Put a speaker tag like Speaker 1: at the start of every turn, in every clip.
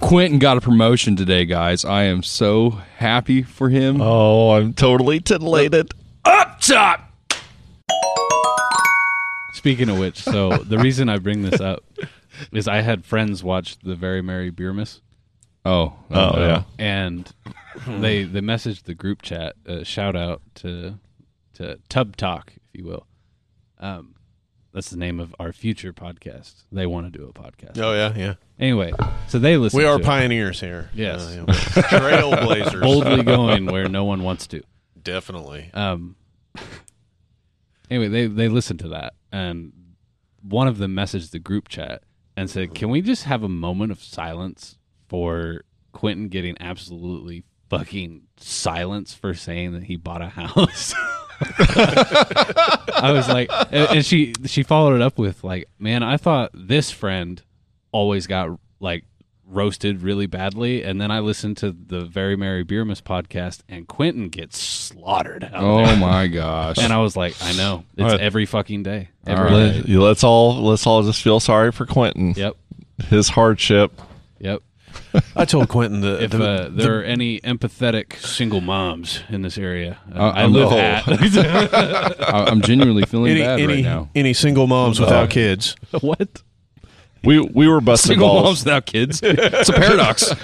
Speaker 1: Quentin got a promotion today, guys. I am so happy for him.
Speaker 2: Oh, I'm totally titillated.
Speaker 3: Oh,
Speaker 1: Up top.
Speaker 4: Speaking of which, so the reason I bring this up is I had friends watch the Very Merry Beermas,
Speaker 1: Oh,
Speaker 2: Oh,
Speaker 1: no.
Speaker 2: yeah.
Speaker 4: and they they messaged the group chat. Uh, shout out to to Tub Talk, if you will. Um, that's the name of our future podcast. They want to do a podcast.
Speaker 3: Oh yeah, yeah.
Speaker 4: Anyway, so they listen.
Speaker 3: We are
Speaker 4: to it.
Speaker 3: pioneers here.
Speaker 4: Yes. Uh,
Speaker 3: Uh, yeah. trailblazers.
Speaker 4: boldly going where no one wants to.
Speaker 3: Definitely.
Speaker 4: Um. Anyway, they they listened to that, and one of them messaged the group chat and said, "Can we just have a moment of silence for Quentin getting absolutely fucking silence for saying that he bought a house?" I was like, and, and she she followed it up with like, "Man, I thought this friend always got like." roasted really badly and then i listened to the very merry beermas podcast and quentin gets slaughtered out there.
Speaker 1: Oh my gosh.
Speaker 4: And I was like, I know. It's
Speaker 2: All right.
Speaker 4: every fucking day.
Speaker 1: All
Speaker 4: Every
Speaker 1: right.
Speaker 4: day.
Speaker 2: You- Let's all let's all just feel sorry for Quentin.
Speaker 4: Yep.
Speaker 2: His hardship.
Speaker 4: Yep.
Speaker 3: I told Quentin the,
Speaker 4: If
Speaker 3: the,
Speaker 4: uh, there are any empathetic single moms in this area, uh,
Speaker 1: Uh,
Speaker 4: I
Speaker 1: I'm-
Speaker 4: live
Speaker 1: oh.
Speaker 4: at.
Speaker 1: I, I'm genuinely feeling
Speaker 3: any
Speaker 1: bad
Speaker 3: any,
Speaker 1: right now.
Speaker 3: any single moms without kids.
Speaker 4: what?
Speaker 2: Oh. We we were busting
Speaker 1: Single
Speaker 2: balls.
Speaker 1: moms without kids. It's a paradox.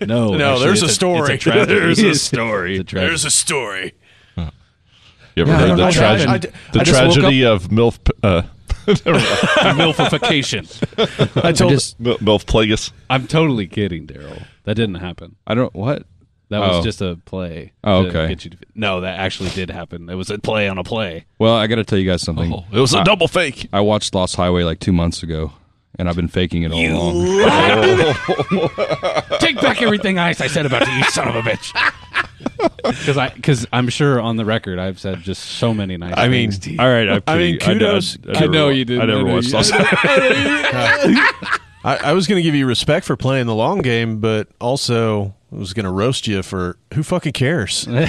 Speaker 4: No.
Speaker 3: No,
Speaker 4: actually,
Speaker 3: there's a
Speaker 4: it's
Speaker 3: story.
Speaker 4: it's a tragedy.
Speaker 3: There's a
Speaker 4: story. It's a tragedy.
Speaker 3: a story.
Speaker 2: You ever
Speaker 1: Yeah, I
Speaker 2: heard
Speaker 1: don't
Speaker 2: the,
Speaker 1: know,
Speaker 2: trage-
Speaker 3: I- I- I
Speaker 2: the
Speaker 3: just woke
Speaker 2: tragedy of milf uh,
Speaker 4: Milfification.
Speaker 3: I told
Speaker 2: mil- milf plagueis?
Speaker 4: I'm totally kidding, Daryl. That didn't happen.
Speaker 1: I don't what.
Speaker 4: That
Speaker 1: Oh.
Speaker 4: was just a play.
Speaker 1: Oh,
Speaker 4: to
Speaker 1: okay.
Speaker 4: get you to- no, that actually did happen. It was a play on a play.
Speaker 1: Well, I got to tell you guys something.
Speaker 4: Oh.
Speaker 2: It was a double fake.
Speaker 1: I watched Lost Highway like two months ago, and I've been faking it all along.
Speaker 4: Take back everything I, I said about you, you son of a bitch. Because I, because I'm sure on the record I've said just so many nice.
Speaker 3: I mean,
Speaker 4: things to you.
Speaker 2: All right, I,
Speaker 3: I mean, kudos.
Speaker 1: I know you didn't.
Speaker 2: I never
Speaker 1: I know
Speaker 2: watched
Speaker 1: you-
Speaker 2: Lost.
Speaker 3: I, I was going to give you respect for playing the long game, but also I was going to roast you for who fucking cares.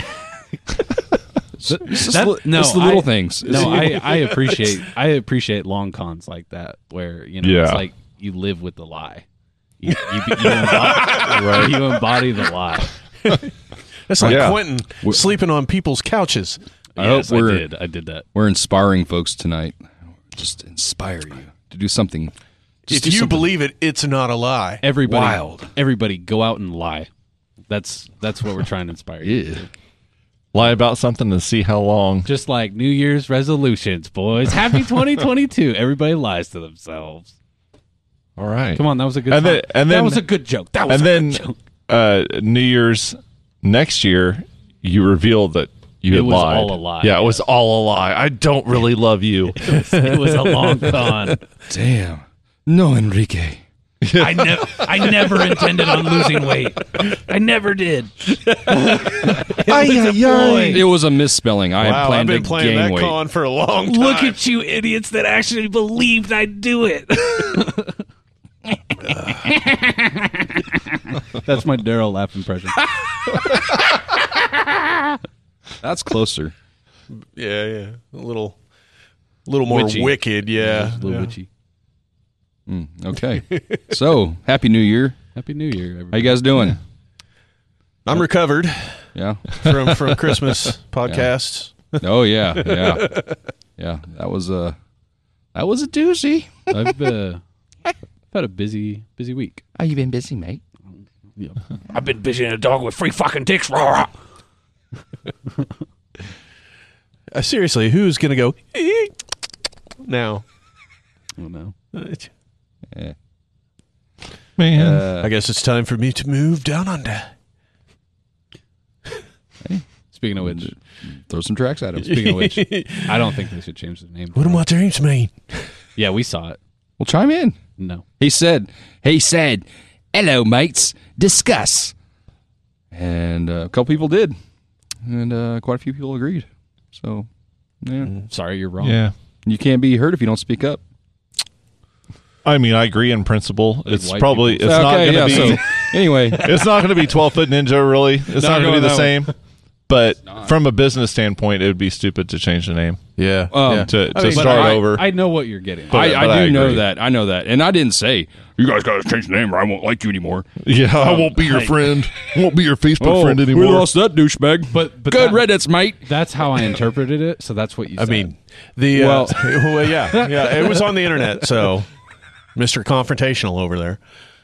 Speaker 1: It's just
Speaker 4: That-
Speaker 1: li-
Speaker 4: no,
Speaker 1: it's the little
Speaker 4: I-
Speaker 1: things. It's-
Speaker 4: No, I, I appreciate I appreciate long cons like that where you know it's
Speaker 2: Yeah.
Speaker 4: like you live with the lie. You, you, you, embody, you embody the lie.
Speaker 3: That's like
Speaker 2: Yeah.
Speaker 3: Quentin sleeping on people's couches.
Speaker 1: I hope
Speaker 4: Yes,
Speaker 1: we're
Speaker 4: I did. I did that.
Speaker 1: we're inspiring folks tonight. Just inspire you to do something. Just do
Speaker 3: if you
Speaker 1: something.
Speaker 3: believe it, it's not a lie.
Speaker 4: Everybody,
Speaker 3: Wild.
Speaker 4: Everybody, go out and lie. That's that's what we're trying to inspire. you.
Speaker 1: Yeah.
Speaker 2: Lie about something and see how long.
Speaker 4: Just like New Year's resolutions, boys. Happy 2022. Everybody lies to themselves.
Speaker 2: All right.
Speaker 4: Come on, that was a good.
Speaker 2: And
Speaker 4: joke.
Speaker 2: then- and
Speaker 4: that
Speaker 2: then-
Speaker 4: was a good joke. That was
Speaker 2: And
Speaker 4: a
Speaker 2: then
Speaker 4: good joke.
Speaker 2: uh, New Year's next year, you revealed that you
Speaker 4: It
Speaker 2: had
Speaker 4: was
Speaker 2: lied.
Speaker 4: all a lie,
Speaker 2: Yeah, it was all a lie. I don't really love you.
Speaker 4: it was a long con.
Speaker 1: Damn. No, Enrique.
Speaker 4: I never, I never intended on losing weight. I never did.
Speaker 1: It was a misspelling. I had
Speaker 3: Wow, I've
Speaker 1: planned
Speaker 3: been
Speaker 1: to
Speaker 3: playing
Speaker 1: gain
Speaker 3: that
Speaker 1: weight.
Speaker 3: con for a long time.
Speaker 4: Look at you, idiots that actually believed I'd do it. That's my Daryl laugh impression.
Speaker 1: That's closer.
Speaker 3: yeah, yeah, a little, little more
Speaker 4: Witchy.
Speaker 3: wicked. Yeah,
Speaker 4: Little witchy.
Speaker 1: Okay. so happy New Year.
Speaker 4: Happy New Year,
Speaker 1: How you
Speaker 4: everybody.
Speaker 1: guys doing?
Speaker 3: I'm recovered
Speaker 1: Yeah.
Speaker 3: from from Christmas podcasts.
Speaker 1: Oh yeah. Yeah. Yeah. That was a that was a doozy.
Speaker 4: I've uh, I've had a busy, busy week.
Speaker 1: Oh, you been busy, mate?
Speaker 5: I've been busy in a dog with free fucking dicks. Rah, rah.
Speaker 3: Uh, seriously, who's gonna go "Eh," now?
Speaker 4: Oh no.
Speaker 3: I
Speaker 2: Man.
Speaker 1: Uh,
Speaker 3: guess it's time for me to move down under.
Speaker 4: Speaking of which,
Speaker 1: Throw some tracks at him.
Speaker 4: speaking of which, I don't think they should change the name.
Speaker 3: What do my dreams mean?
Speaker 4: Yeah, we saw it.
Speaker 1: Well, chime in.
Speaker 4: No.
Speaker 1: He said. He said, "Hello, mates. Discuss." And uh, a couple people did, and uh, quite a few people agreed. So, yeah,
Speaker 4: Sorry, you're wrong.
Speaker 2: yeah.
Speaker 1: you can't be hurt if you don't speak up.
Speaker 2: I mean, I agree in principle.
Speaker 4: Like
Speaker 2: It's
Speaker 4: white
Speaker 2: probably
Speaker 4: people.
Speaker 2: it's not
Speaker 1: Okay,
Speaker 2: going to
Speaker 1: yeah,
Speaker 2: be
Speaker 1: so, anyway,
Speaker 2: it's not going to be twelve foot ninja. Really, it's not
Speaker 1: no,
Speaker 2: going to be the
Speaker 1: no.
Speaker 2: same. But from a business standpoint, it would be stupid to change the name
Speaker 3: Yeah.
Speaker 1: Um,
Speaker 3: yeah.
Speaker 2: to, to
Speaker 1: mean,
Speaker 2: start
Speaker 1: but I-
Speaker 2: over.
Speaker 4: I know what you're getting. at.
Speaker 2: But-
Speaker 1: I, I do
Speaker 2: I
Speaker 1: know
Speaker 2: agree.
Speaker 1: that. I know that. And I didn't say, you guys got to change the name or I won't like you anymore.
Speaker 2: yeah, I won't be your friend. Won't be your Facebook
Speaker 3: Oh,
Speaker 2: friend anymore.
Speaker 1: Oh, we lost that douchebag.
Speaker 4: But- but
Speaker 1: Good
Speaker 4: that-
Speaker 1: Reddits, mate.
Speaker 4: that's how I interpreted it. So that's what you.
Speaker 3: I
Speaker 4: said.
Speaker 3: mean, the well, uh, well, yeah, yeah. It was on the internet, so Mr. Confrontational over there.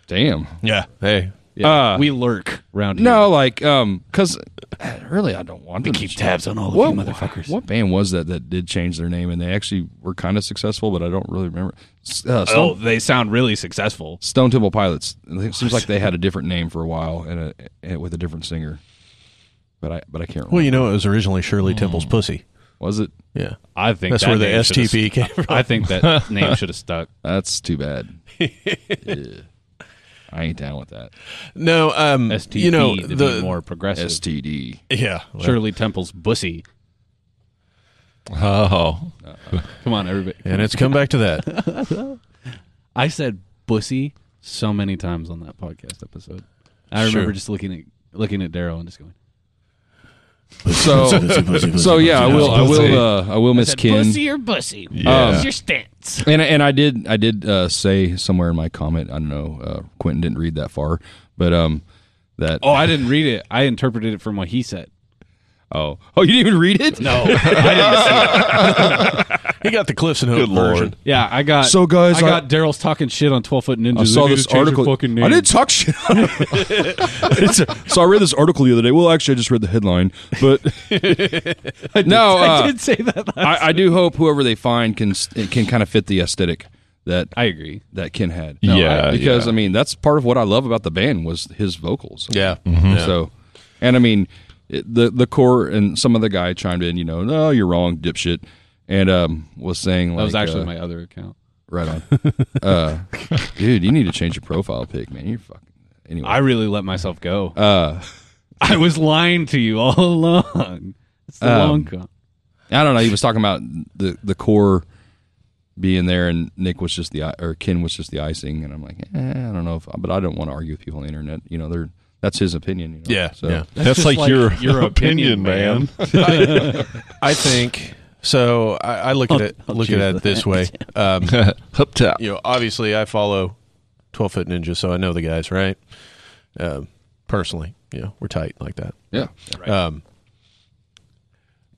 Speaker 1: Damn.
Speaker 3: Yeah. Hey.
Speaker 4: Yeah, we lurk round here.
Speaker 1: No, like, um, because really, I don't want to keep
Speaker 5: tabs on all of
Speaker 1: What,
Speaker 5: you motherfuckers.
Speaker 1: what band was that that did change their name and they actually were kind of successful, but I don't really remember. S- Uh, Stone,
Speaker 4: Oh, they sound really successful.
Speaker 1: Stone Temple Pilots. It seems like they had a different name for a while and, a, and with a different singer, but I but I can't remember.
Speaker 3: Well, you know, it was originally Shirley Temple's
Speaker 4: Hmm.
Speaker 3: pussy.
Speaker 1: was it?
Speaker 3: Yeah.
Speaker 4: I think
Speaker 3: That's
Speaker 4: that
Speaker 3: where the
Speaker 4: name should've
Speaker 3: STP came
Speaker 4: st-
Speaker 3: from.
Speaker 4: I think that name should have stuck.
Speaker 1: That's too bad. Yeah. I ain't down with that.
Speaker 3: No. Um.
Speaker 4: STP
Speaker 3: you know
Speaker 4: to
Speaker 3: the
Speaker 4: be more progressive.
Speaker 1: STD.
Speaker 3: yeah.
Speaker 4: Shirley Temple's bussy.
Speaker 2: Oh,
Speaker 4: Uh, Come on, everybody.
Speaker 3: And it's come back to that.
Speaker 4: I said bussy so many times on that podcast episode. I remember
Speaker 3: Sure.
Speaker 4: just looking at looking at Daryl and just going,
Speaker 1: So so yeah, I will I will uh, I will miss Ken.
Speaker 5: Pussy or bussy?
Speaker 2: Yeah.
Speaker 5: What's your stance?
Speaker 1: And and I did I did uh, say somewhere in my comment I don't know uh, Quentin didn't read that far, but um that
Speaker 4: "Oh, I didn't read it. I interpreted it from what he said."
Speaker 1: oh oh you didn't even read it no
Speaker 3: He got the Cliffs and Hope
Speaker 2: Good lord.
Speaker 3: version.
Speaker 4: Yeah, I got.
Speaker 1: So, guys,
Speaker 4: I, got Daryl's talking shit on Twelve Foot Ninja.
Speaker 1: I saw this article
Speaker 4: Fucking name.
Speaker 1: I didn't talk shit It's a- so I read this article the other day well actually I just read the headline but no uh,
Speaker 4: I did say that. Last
Speaker 1: I, I do hope whoever they find can can kind of fit the aesthetic that
Speaker 4: I agree.
Speaker 1: that Ken had. I-
Speaker 2: Yeah,
Speaker 1: because
Speaker 2: yeah.
Speaker 1: I mean that's part of what I love about the band was his vocals.
Speaker 3: Yeah.
Speaker 4: Mm-hmm.
Speaker 1: So, and I mean it- the the core and some other guy chimed in. You know, no, you're wrong, dipshit, and um was saying like
Speaker 4: That was actually
Speaker 1: uh,
Speaker 4: my other account.
Speaker 1: right on, uh, dude. You need to change your profile pic, man. You're fucking anyway.
Speaker 4: I really let myself go. I was lying to you all along. It's the long con.
Speaker 1: I don't know. He was talking about the the core being there, and Nick was just the i- or Ken was just the icing, and I'm like, eh, I don't know, if, but I don't want to argue with people on the internet. You know, they're that's his opinion. You know?
Speaker 3: Yeah,
Speaker 1: So,
Speaker 3: yeah.
Speaker 2: that's,
Speaker 4: just
Speaker 2: like,
Speaker 4: like
Speaker 2: your
Speaker 4: your opinion,
Speaker 2: opinion, man.
Speaker 3: I think so. I, I look at it. look at it this way. Um,
Speaker 2: Up top.
Speaker 3: you know, obviously I follow Twelve Foot Ninja, so I know the guys, right? Um, personally, you know, we're tight like that.
Speaker 1: yeah.
Speaker 3: Um,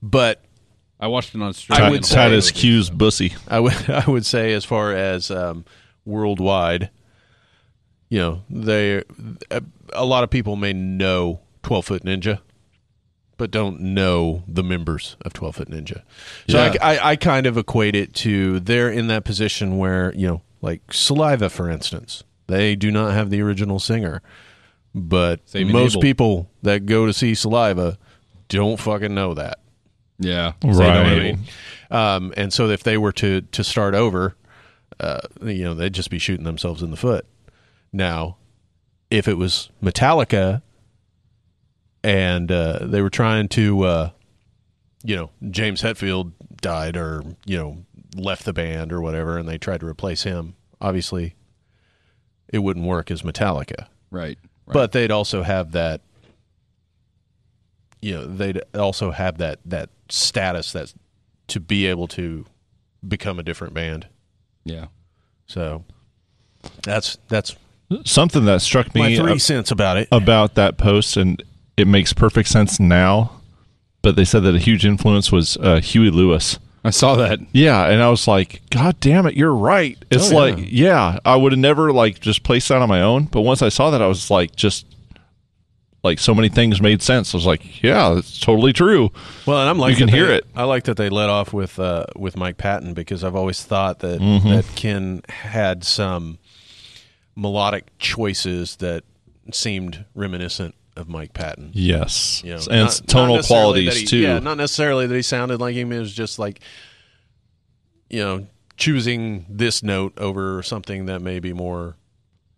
Speaker 3: but
Speaker 4: I watched it on stream.
Speaker 3: I
Speaker 2: Ti-
Speaker 3: would say- um,
Speaker 2: Titus Q's bussy.
Speaker 3: I would I would say as far as um, worldwide, you know, they a, a lot of people may know Twelve Foot Ninja, but don't know the members of Twelve Foot Ninja. So I- I, I kind of equate it to they're in that position where you know, like Saliva, for instance, they do not have the original singer, but
Speaker 4: Save and
Speaker 3: most
Speaker 4: Abel.
Speaker 3: people that go to see Saliva don't fucking know that.
Speaker 1: Yeah.
Speaker 3: They know what I
Speaker 2: Right.
Speaker 3: mean? Um, and so if they were to to start over, uh, you know, they'd just be shooting themselves in the foot. Now, if it was Metallica, and uh, they were trying to, uh, you know, James Hetfield died or you know left the band or whatever, and they tried to replace him, obviously, it wouldn't work as Metallica
Speaker 1: Right. right.
Speaker 3: but they'd also have that you know they'd also have that that status that's to be able to become a different band
Speaker 1: yeah.
Speaker 3: so that's that's
Speaker 2: Something that struck
Speaker 3: my
Speaker 2: me
Speaker 3: three
Speaker 2: a-
Speaker 3: cents about it
Speaker 2: about that post, and it makes perfect sense now. But they said that a huge influence was uh, Huey Lewis.
Speaker 1: I saw that.
Speaker 2: Yeah, and I was like, God damn it, you're right. It's
Speaker 3: Oh,
Speaker 2: like, yeah. I would have never like just placed that on my own, but once I saw that, I was like, just like so many things made sense. I was like, yeah, that's totally true.
Speaker 3: well and i'm like
Speaker 2: You can
Speaker 3: that
Speaker 2: hear
Speaker 3: they-
Speaker 2: it.
Speaker 3: i like that they let off with uh with mike patton because i've always thought that
Speaker 2: Mm-hmm.
Speaker 3: that ken had some melodic choices that seemed reminiscent of mike patton
Speaker 2: Yes,
Speaker 3: you know,
Speaker 2: and
Speaker 3: not-
Speaker 2: it's
Speaker 3: not
Speaker 2: tonal
Speaker 3: necessarily
Speaker 2: qualities
Speaker 3: that he-
Speaker 2: too.
Speaker 3: Yeah, not necessarily that he sounded like him. It was just like, you know, choosing this note over something that may be more.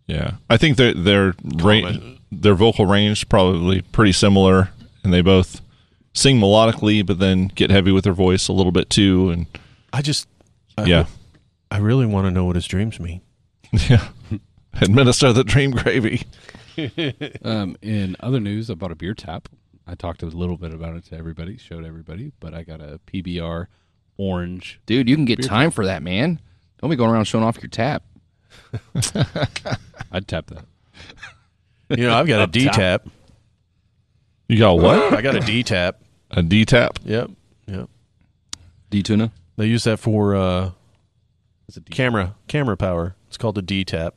Speaker 2: Yeah, I think their their ra-
Speaker 3: Common.
Speaker 2: their vocal range is probably pretty similar, and they both sing melodically, but then get heavy with their voice a little bit too. And
Speaker 3: I just, I,
Speaker 2: yeah,
Speaker 3: I really want to know what his dreams mean.
Speaker 2: yeah, administer the dream gravy.
Speaker 4: Um, in other news, I bought a beer tap. I talked a little bit about it to everybody, showed everybody, but I got a PBR orange.
Speaker 1: Dude, you can get time for that, man. Don't be going around showing off your tap.
Speaker 4: I'd tap that.
Speaker 3: You know, I've got a D tap.
Speaker 2: You got what?
Speaker 3: I got a D tap.
Speaker 2: A D tap?
Speaker 3: Yep. Yep.
Speaker 1: D tuna.
Speaker 3: They use that for uh,
Speaker 4: It's a D.
Speaker 3: camera camera power. It's called a D tap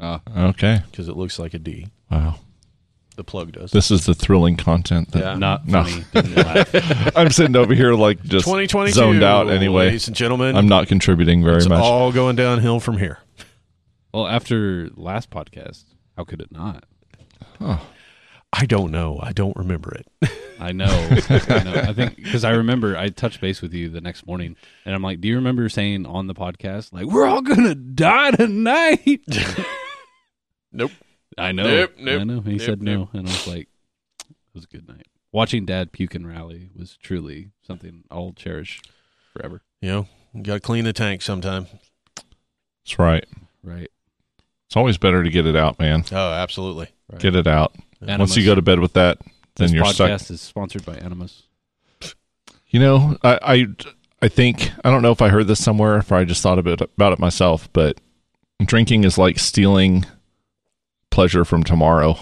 Speaker 2: Okay.
Speaker 3: because it looks like a D.
Speaker 2: Wow.
Speaker 3: The plug does.
Speaker 2: This is the thrilling content that
Speaker 3: Yeah.
Speaker 4: Not
Speaker 2: No.
Speaker 4: funny. Didn't laugh.
Speaker 2: I'm sitting over here like just
Speaker 3: 2022
Speaker 2: zoned out anyway.
Speaker 3: ladies and gentlemen.
Speaker 2: I'm not contributing very
Speaker 3: it's
Speaker 2: much.
Speaker 3: all going downhill from here.
Speaker 4: well, after last podcast, how could it not?
Speaker 3: I don't know. I don't remember it.
Speaker 4: I know. I know. I think because I remember I touched base with you the next morning, and I'm like, "Do you remember saying on the podcast like we're all gonna die tonight?"
Speaker 3: Nope.
Speaker 4: I know.
Speaker 3: Nope, nope,
Speaker 4: I know. He
Speaker 3: nope,
Speaker 4: said no,
Speaker 3: nope.
Speaker 4: and I was like, "It was a good night." Watching Dad puke and rally was truly something I'll cherish forever.
Speaker 3: You know, you got to clean the tank sometime.
Speaker 2: That's right.
Speaker 4: Right.
Speaker 2: It's always better to get it out, man.
Speaker 3: Oh, absolutely.
Speaker 2: Get it out.
Speaker 4: Animus.
Speaker 2: Once you go to bed with that, then
Speaker 4: this
Speaker 2: you're stuck.
Speaker 4: podcast is sponsored by Animus.
Speaker 2: You know, I, I I think I don't know if I heard this somewhere, if I just thought a bit about it myself, but drinking is like stealing pleasure from tomorrow.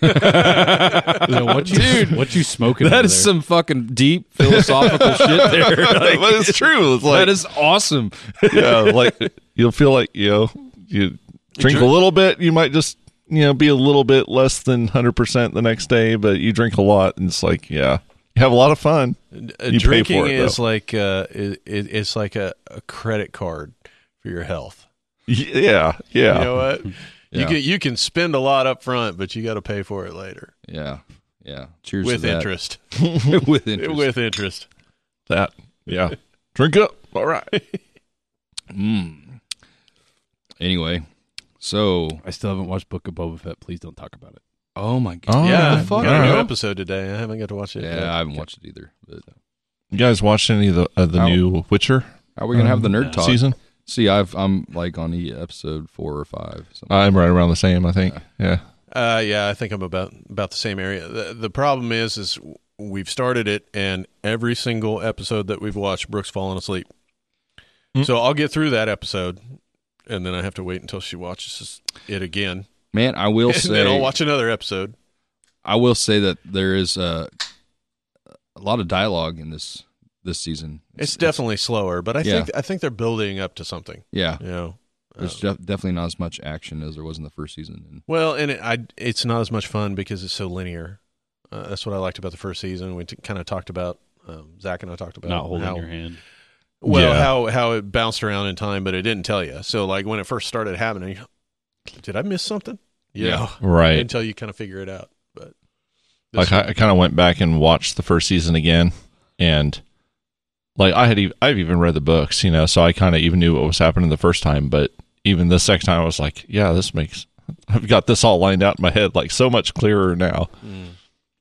Speaker 4: what you what you smoking?
Speaker 1: That is some fucking deep philosophical shit there. Like,
Speaker 2: but it's true. It's like
Speaker 1: that is awesome.
Speaker 2: yeah, like you'll feel like you know you drink a little bit, you might just you know be a little bit less than hundred percent the next day, but you drink a lot, and it's like yeah, you have a lot of fun.
Speaker 3: Uh,
Speaker 2: You pay
Speaker 3: drinking
Speaker 2: for it,
Speaker 3: is
Speaker 2: though.
Speaker 3: like uh, it, it, it's like a, a credit card for your health.
Speaker 2: Yeah, yeah.
Speaker 3: You know what? You
Speaker 1: Yeah.
Speaker 3: can you can spend a lot up front, but you got to pay for it later
Speaker 1: Yeah. Yeah. Cheers
Speaker 3: with
Speaker 1: to that.
Speaker 3: interest.
Speaker 1: with interest.
Speaker 3: With interest.
Speaker 2: that yeah, drink up. All right.
Speaker 1: Mm. Anyway, so
Speaker 4: I still haven't watched Book of Boba Fett. Please don't talk about it.
Speaker 1: oh my god,
Speaker 2: Oh,
Speaker 3: yeah,
Speaker 1: the fuck,
Speaker 3: we got a new
Speaker 1: bro?
Speaker 3: episode today. I haven't got to watch it. yet.
Speaker 1: yeah, I haven't watched it either. But
Speaker 2: You guys watched any of the of the
Speaker 1: Ow.
Speaker 2: new Witcher
Speaker 1: how are we gonna have the
Speaker 2: um,
Speaker 1: nerd talk
Speaker 2: season?
Speaker 1: See, I've I'm like on e episode four or five. Something.
Speaker 2: I'm right around the same, I think. Yeah,
Speaker 3: Uh, yeah, I think I'm about about the same area. The, the problem is, is we've started it, and every single episode that we've watched, Brooke's fallen asleep.
Speaker 2: Mm.
Speaker 3: So I'll get through that episode, and then I have to wait until she watches it again,
Speaker 1: Man, I will
Speaker 3: and then I'll
Speaker 1: say
Speaker 3: watch another episode.
Speaker 1: I will say that there is a a lot of dialogue in this this season.
Speaker 3: It's, definitely slower, but I
Speaker 1: Yeah.
Speaker 3: think I think they're building up to something.
Speaker 1: yeah.
Speaker 3: You know,
Speaker 1: There's
Speaker 3: Um,
Speaker 1: def- definitely not as much action as there was in the first season. And
Speaker 3: well, and it, I it's not as much fun because it's so linear. Uh, that's what I liked about the first season. We t- kind of talked about um, Zach and I talked about
Speaker 4: Not holding
Speaker 3: how-
Speaker 4: your hand.
Speaker 3: Well,
Speaker 2: Yeah.
Speaker 3: how how it bounced around in time, but it didn't tell you. So like when it first started happening, you- did I miss something? You
Speaker 1: Yeah.
Speaker 3: know,
Speaker 2: right.
Speaker 3: until you kind of figure it out. But this-
Speaker 2: Like I, I kind of went back and watched the first season again, and like I had, ev- I've even read the books, you know, so I kind of even knew what was happening the first time. But even the second time, I was like, yeah, this makes. I've got this all lined out in my head, like so much clearer now.
Speaker 3: Mm.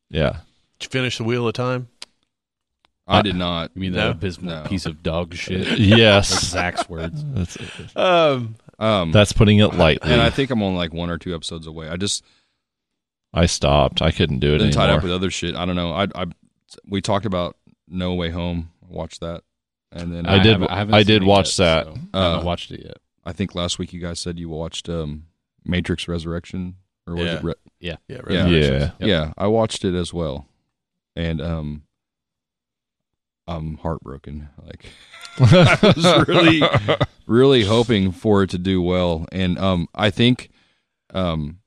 Speaker 2: Yeah,
Speaker 3: did you finish the Wheel of Time?
Speaker 1: I
Speaker 2: I-
Speaker 1: did not.
Speaker 4: You mean that
Speaker 3: No.
Speaker 4: abysmal
Speaker 1: No.
Speaker 4: piece of dog shit?
Speaker 2: yes,
Speaker 4: Zach's words.
Speaker 2: that's,
Speaker 3: Um,
Speaker 1: Um,
Speaker 2: that's putting it lightly.
Speaker 1: and I
Speaker 2: I,
Speaker 1: think I'm on like one or two episodes away. I just
Speaker 2: stopped. I couldn't do it
Speaker 1: been tied up with
Speaker 2: anymore.
Speaker 1: other shit. I don't know. I I we talked about No Way Home. I watched that, and then
Speaker 2: I
Speaker 1: I,
Speaker 2: did-
Speaker 4: haven't- haven't
Speaker 2: I
Speaker 4: seen
Speaker 2: did
Speaker 4: it
Speaker 2: watch that.
Speaker 4: so I haven't
Speaker 1: Uh,
Speaker 4: watched it yet.
Speaker 1: I think last week you guys said you watched um, Matrix Resurrection or was
Speaker 3: Yeah.
Speaker 1: it? Re-
Speaker 3: yeah,
Speaker 1: Yeah.
Speaker 3: Revelations.
Speaker 2: Yeah,
Speaker 4: Yep.
Speaker 1: Yeah, I watched it as well, and um, I'm heartbroken. Like I was really, really hoping for it to do well, and um, I think, um,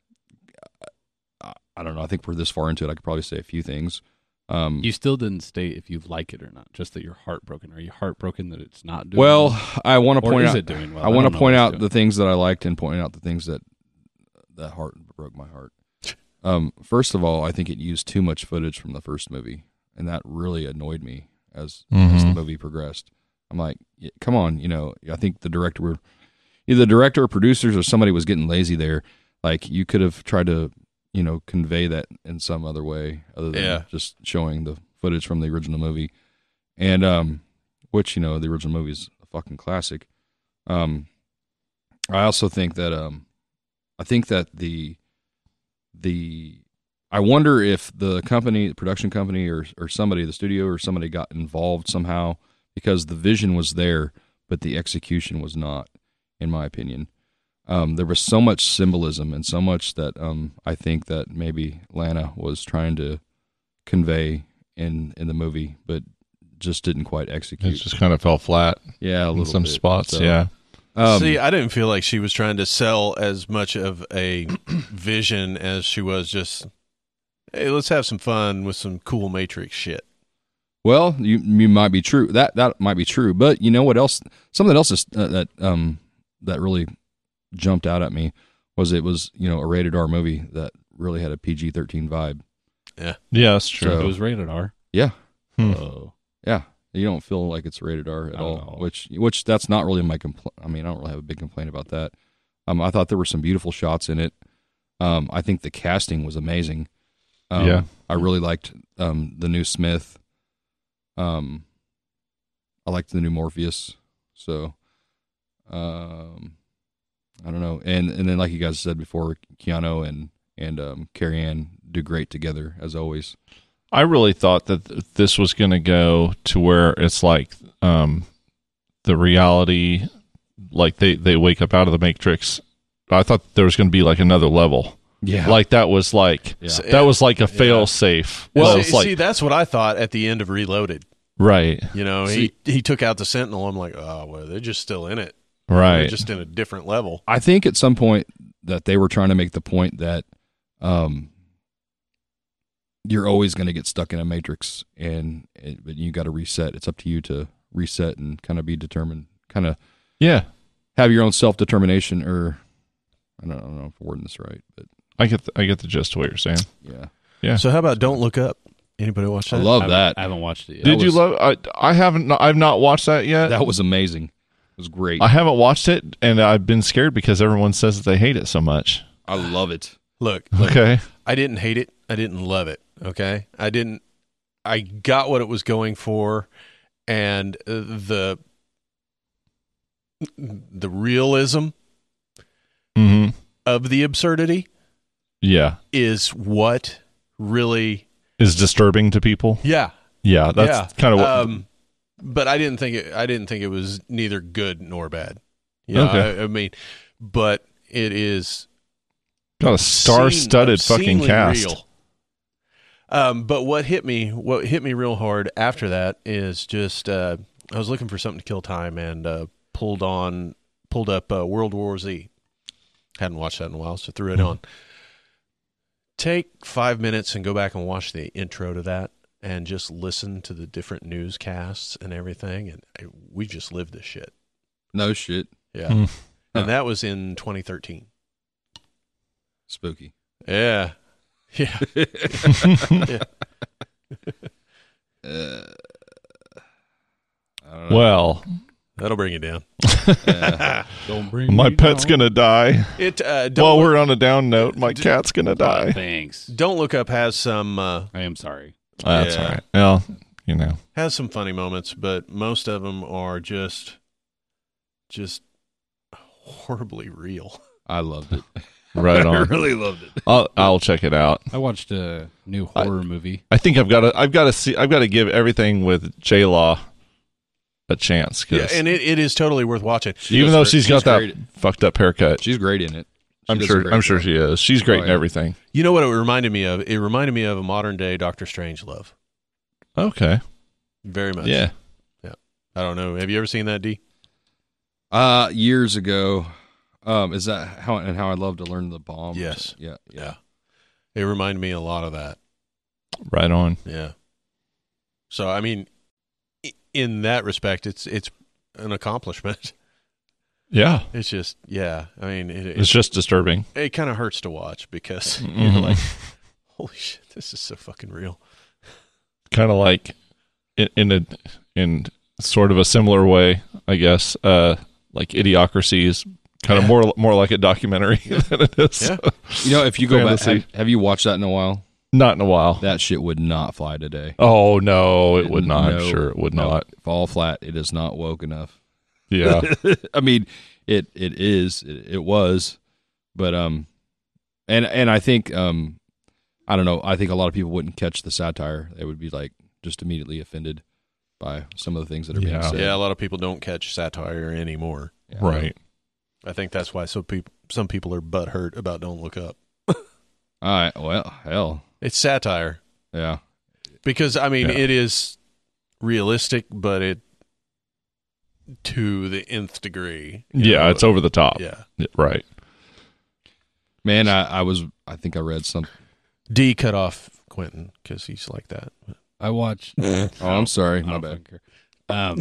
Speaker 1: I, I don't know. I think we're this far into it. I could probably say a few things. Um,
Speaker 4: You still didn't state if you like it or not. Just that you're heartbroken. Are you heartbroken that it's not doing
Speaker 1: well, I want to
Speaker 4: Or
Speaker 1: point
Speaker 4: is
Speaker 1: out.
Speaker 4: it doing well?
Speaker 1: I want
Speaker 4: don't
Speaker 1: to
Speaker 4: know
Speaker 1: point
Speaker 4: what
Speaker 1: out
Speaker 4: it's
Speaker 1: the things that I liked and point out the things that that heart broke my heart. Um, first of all, I think it used too much footage from the first movie, and that really annoyed me as as the
Speaker 2: Mhm.
Speaker 1: movie progressed. I'm like, "Yeah, come on, you know. I think the director were either the director or producers or somebody was getting lazy there. Like you could have tried to, you know, convey that in some other way other than
Speaker 3: Yeah.
Speaker 1: just showing the footage from the original movie, and um, which you know the original movie is a fucking classic. Um, I also think that um, I think that the the I wonder if the company, the production company, or or somebody, the studio, or somebody got involved somehow because the vision was there, but the execution was not, in my opinion. Um, there was so much symbolism and so much that um, I think that maybe Lana was trying to convey in in the movie, but just didn't quite
Speaker 2: It
Speaker 1: execute.
Speaker 2: just kind of fell flat
Speaker 1: yeah, a
Speaker 2: in
Speaker 1: little
Speaker 2: some
Speaker 1: bit.
Speaker 2: spots.
Speaker 1: So,
Speaker 2: yeah.
Speaker 1: um,
Speaker 3: See, I didn't feel like she was trying to sell as much of a vision as she was just, hey, let's have some fun with some cool Matrix shit.
Speaker 1: Well, you you might be true. That that might be true. But you know what else? Something else is, uh, that um that really jumped out at me was it was you know a rated R movie that really had a PG thirteen vibe.
Speaker 2: Yeah, that's true.
Speaker 1: So-
Speaker 4: It was rated R.
Speaker 1: Yeah,
Speaker 2: Hmm.
Speaker 4: Oh.
Speaker 1: yeah. You don't feel like it's rated R at
Speaker 4: Not at
Speaker 1: all,
Speaker 4: all.
Speaker 1: which which that's not really my complaint. I mean, I don't really have a big complaint about that. Um, I thought there were some beautiful shots in it. Um, I think the casting was amazing. Um,
Speaker 2: Yeah.
Speaker 1: I really liked um the new Smith. Um, I liked the new Morpheus. So, um, I don't know. And and then like you guys said before, Keanu and and um, Carrie Ann do great together as always.
Speaker 2: I really thought that th- this was going to go to where it's like um, the reality, like they, they wake up out of the matrix. I thought there was going to be like another level.
Speaker 1: Yeah,
Speaker 2: Like that was like
Speaker 1: Yeah.
Speaker 3: So-
Speaker 2: that was like a fail safe.
Speaker 3: Well,
Speaker 2: That was
Speaker 3: see,
Speaker 2: like
Speaker 3: see, that's what I thought at the end of Reloaded.
Speaker 2: right,
Speaker 3: You know, he, he took out the Sentinel. I'm like, oh, well, they're just still in it. They're
Speaker 2: right.
Speaker 3: just in a different level.
Speaker 1: I think at some point that they were trying to make the point that um, you're always going to get stuck in a matrix, and it, but you got to reset. It's up to you to reset and kind of be determined, kind of
Speaker 2: yeah,
Speaker 1: have your own self determination. Or I don't, I don't know if I'm wording this right, but
Speaker 2: I get the, I get the gist of what you're saying.
Speaker 1: yeah,
Speaker 2: Yeah.
Speaker 3: So how about Don't Look Up? Anybody watch
Speaker 1: I
Speaker 3: that?
Speaker 1: love
Speaker 4: I haven't-
Speaker 1: that.
Speaker 4: I haven't watched it yet.
Speaker 2: Did you
Speaker 1: was-
Speaker 2: love? I I haven't. I've not watched that yet.
Speaker 1: that was amazing. It was great.
Speaker 2: I haven't watched it, and I've been scared because everyone says that they hate it so much.
Speaker 1: I love it.
Speaker 3: Look, look,
Speaker 2: Okay,
Speaker 3: I didn't hate it. I didn't love it. Okay. I didn't, I got what it was going for and uh, the, the realism
Speaker 2: hmm
Speaker 3: of the absurdity
Speaker 2: yeah,
Speaker 3: is what really,
Speaker 2: is disturbing to people.
Speaker 3: yeah.
Speaker 2: Yeah, that's
Speaker 3: Yeah.
Speaker 2: kind of what.
Speaker 3: Um, but I didn't think it, I didn't think it was neither good nor bad. You know,
Speaker 2: Okay.
Speaker 3: I, I mean, but it is
Speaker 2: got a star-studded
Speaker 3: obscene-
Speaker 2: fucking
Speaker 3: obscenely
Speaker 2: cast.
Speaker 3: uh, real. Um, but what hit me, what hit me real hard after that is just uh, I was looking for something to kill time and uh, pulled on, pulled up uh, World War Z. Hadn't watched that in a while, so threw it on. Take five minutes and go back and watch the intro to that, and just listen to the different newscasts and everything. And I, we just lived this shit,
Speaker 1: No shit,
Speaker 3: yeah.
Speaker 2: Hmm.
Speaker 1: Huh.
Speaker 3: And that was in 2013.
Speaker 1: spooky.
Speaker 3: Yeah, yeah.
Speaker 1: Uh, I don't know.
Speaker 2: well,
Speaker 3: That'll bring you down.
Speaker 1: Yeah.
Speaker 4: Don't bring
Speaker 2: my pet's gonna die.
Speaker 3: It uh, don't,
Speaker 2: While
Speaker 3: look,
Speaker 2: we're on a down note, my
Speaker 3: D-
Speaker 2: cat's
Speaker 4: uh,
Speaker 2: gonna die.
Speaker 4: Oh, Thanks.
Speaker 3: don't look up has some uh,
Speaker 4: I am sorry.
Speaker 2: That's all right. Well, you know,
Speaker 3: has some funny moments, but most of them are just just horribly real.
Speaker 1: I loved it.
Speaker 2: right on.
Speaker 1: really loved it.
Speaker 2: I'll, I'll check it out.
Speaker 4: I watched a new
Speaker 2: I-
Speaker 4: horror movie.
Speaker 2: I think I've got to. I've got to see. I've got to give everything with J Law a chance.
Speaker 3: Yeah,
Speaker 2: Cause
Speaker 3: and it, it is totally worth watching.
Speaker 2: even though
Speaker 1: does great-
Speaker 2: she's got
Speaker 1: she's
Speaker 2: that
Speaker 1: great.
Speaker 2: fucked up haircut,
Speaker 1: She's great in it. She
Speaker 2: I'm
Speaker 1: does a
Speaker 2: sure.
Speaker 1: great
Speaker 2: I'm sure
Speaker 1: job.
Speaker 2: she is. She's great
Speaker 1: Oh,
Speaker 2: in
Speaker 1: yeah.
Speaker 2: everything.
Speaker 3: You know what it reminded me of? It reminded me of a modern day Doctor Strange Love.
Speaker 2: Okay.
Speaker 3: Very much.
Speaker 2: Yeah.
Speaker 3: I don't know. Have you ever seen that D?
Speaker 1: Uh, years ago. Um, is that how and how I love to learn the bomb?
Speaker 3: Yes.
Speaker 1: Yeah. Yeah.
Speaker 3: It reminded me a lot of that.
Speaker 2: Right on.
Speaker 3: Yeah. So I mean i- in that respect it's it's an accomplishment.
Speaker 2: Yeah.
Speaker 3: It's just yeah. I mean it,
Speaker 2: It's just disturbing.
Speaker 3: it kind of hurts to watch because
Speaker 2: Mhm.
Speaker 3: you're like, holy shit, this is so fucking real.
Speaker 2: kind of like in, in a in sort of a similar way, I guess. Uh, like Idiocracy is kind of
Speaker 3: Yeah.
Speaker 2: more more like a documentary than it is.
Speaker 3: Yeah.
Speaker 1: You know, if you go back,
Speaker 2: Fantasy.
Speaker 1: have, have you watched that in a while?
Speaker 2: Not in a while.
Speaker 1: That shit would not fly today.
Speaker 2: Oh no, it would not.
Speaker 1: No.
Speaker 2: I'm sure it would
Speaker 1: No,
Speaker 2: not.
Speaker 1: fall flat. It is not woke enough.
Speaker 2: Yeah.
Speaker 1: I mean, it it is. It, it was, but um, and and I think um, I don't know. I think a lot of people wouldn't catch the satire. They would be like just immediately offended by some of the things that are being
Speaker 2: Yeah.
Speaker 1: said.
Speaker 3: Yeah, a lot of people don't catch satire anymore.
Speaker 1: Yeah.
Speaker 2: Right.
Speaker 3: I think that's why some people some people are butthurt about Don't Look Up.
Speaker 1: All right. Well, hell.
Speaker 3: It's satire
Speaker 1: Yeah.
Speaker 3: because I mean
Speaker 2: Yeah.
Speaker 3: it is realistic, but it to the nth degree. you
Speaker 2: Yeah,
Speaker 3: know,
Speaker 2: it's over the top.
Speaker 3: yeah.
Speaker 2: Right.
Speaker 1: Man, I, I was, I think I read some.
Speaker 3: D cut off Quentin because he's like that.
Speaker 4: I watched.
Speaker 1: Oh, I'm sorry.
Speaker 4: I
Speaker 1: My
Speaker 4: don't
Speaker 1: bad.
Speaker 4: fucking care. Um,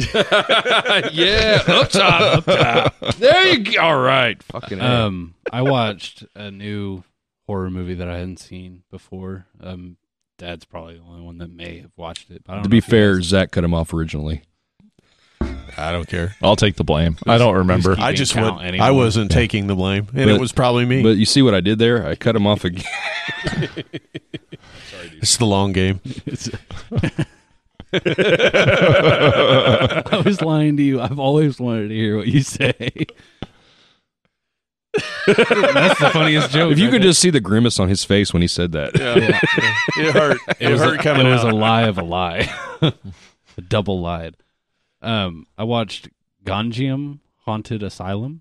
Speaker 1: yeah. Up top. Up top. There you go. All right. Fucking A.
Speaker 4: um, I watched a new horror movie that I hadn't seen before. Um, Dad's probably the only one that may have watched it. But I don't
Speaker 1: To
Speaker 4: know
Speaker 1: be
Speaker 4: if he
Speaker 1: fair,
Speaker 4: has.
Speaker 1: Zach cut him off originally.
Speaker 3: I don't care.
Speaker 2: I'll take the blame. I don't remember.
Speaker 4: keep-
Speaker 3: I
Speaker 4: didn't
Speaker 3: just
Speaker 4: count
Speaker 3: went,
Speaker 4: anymore.
Speaker 3: I wasn't taking the blame, and
Speaker 1: But-
Speaker 3: it was probably me.
Speaker 1: But you see what I did there? I cut him off again.
Speaker 3: it's the long game.
Speaker 4: I was lying to you. I've always wanted to hear what you say. That's the funniest joke.
Speaker 1: If you
Speaker 4: I
Speaker 1: could
Speaker 4: think.
Speaker 1: just see the grimace on his face when he said that.
Speaker 3: It hurt. It,
Speaker 4: it was
Speaker 3: hurt
Speaker 4: a,
Speaker 3: coming
Speaker 4: it was
Speaker 3: out.
Speaker 4: a lie of a lie, a double lied. Um, I watched Ganjiam Haunted Asylum.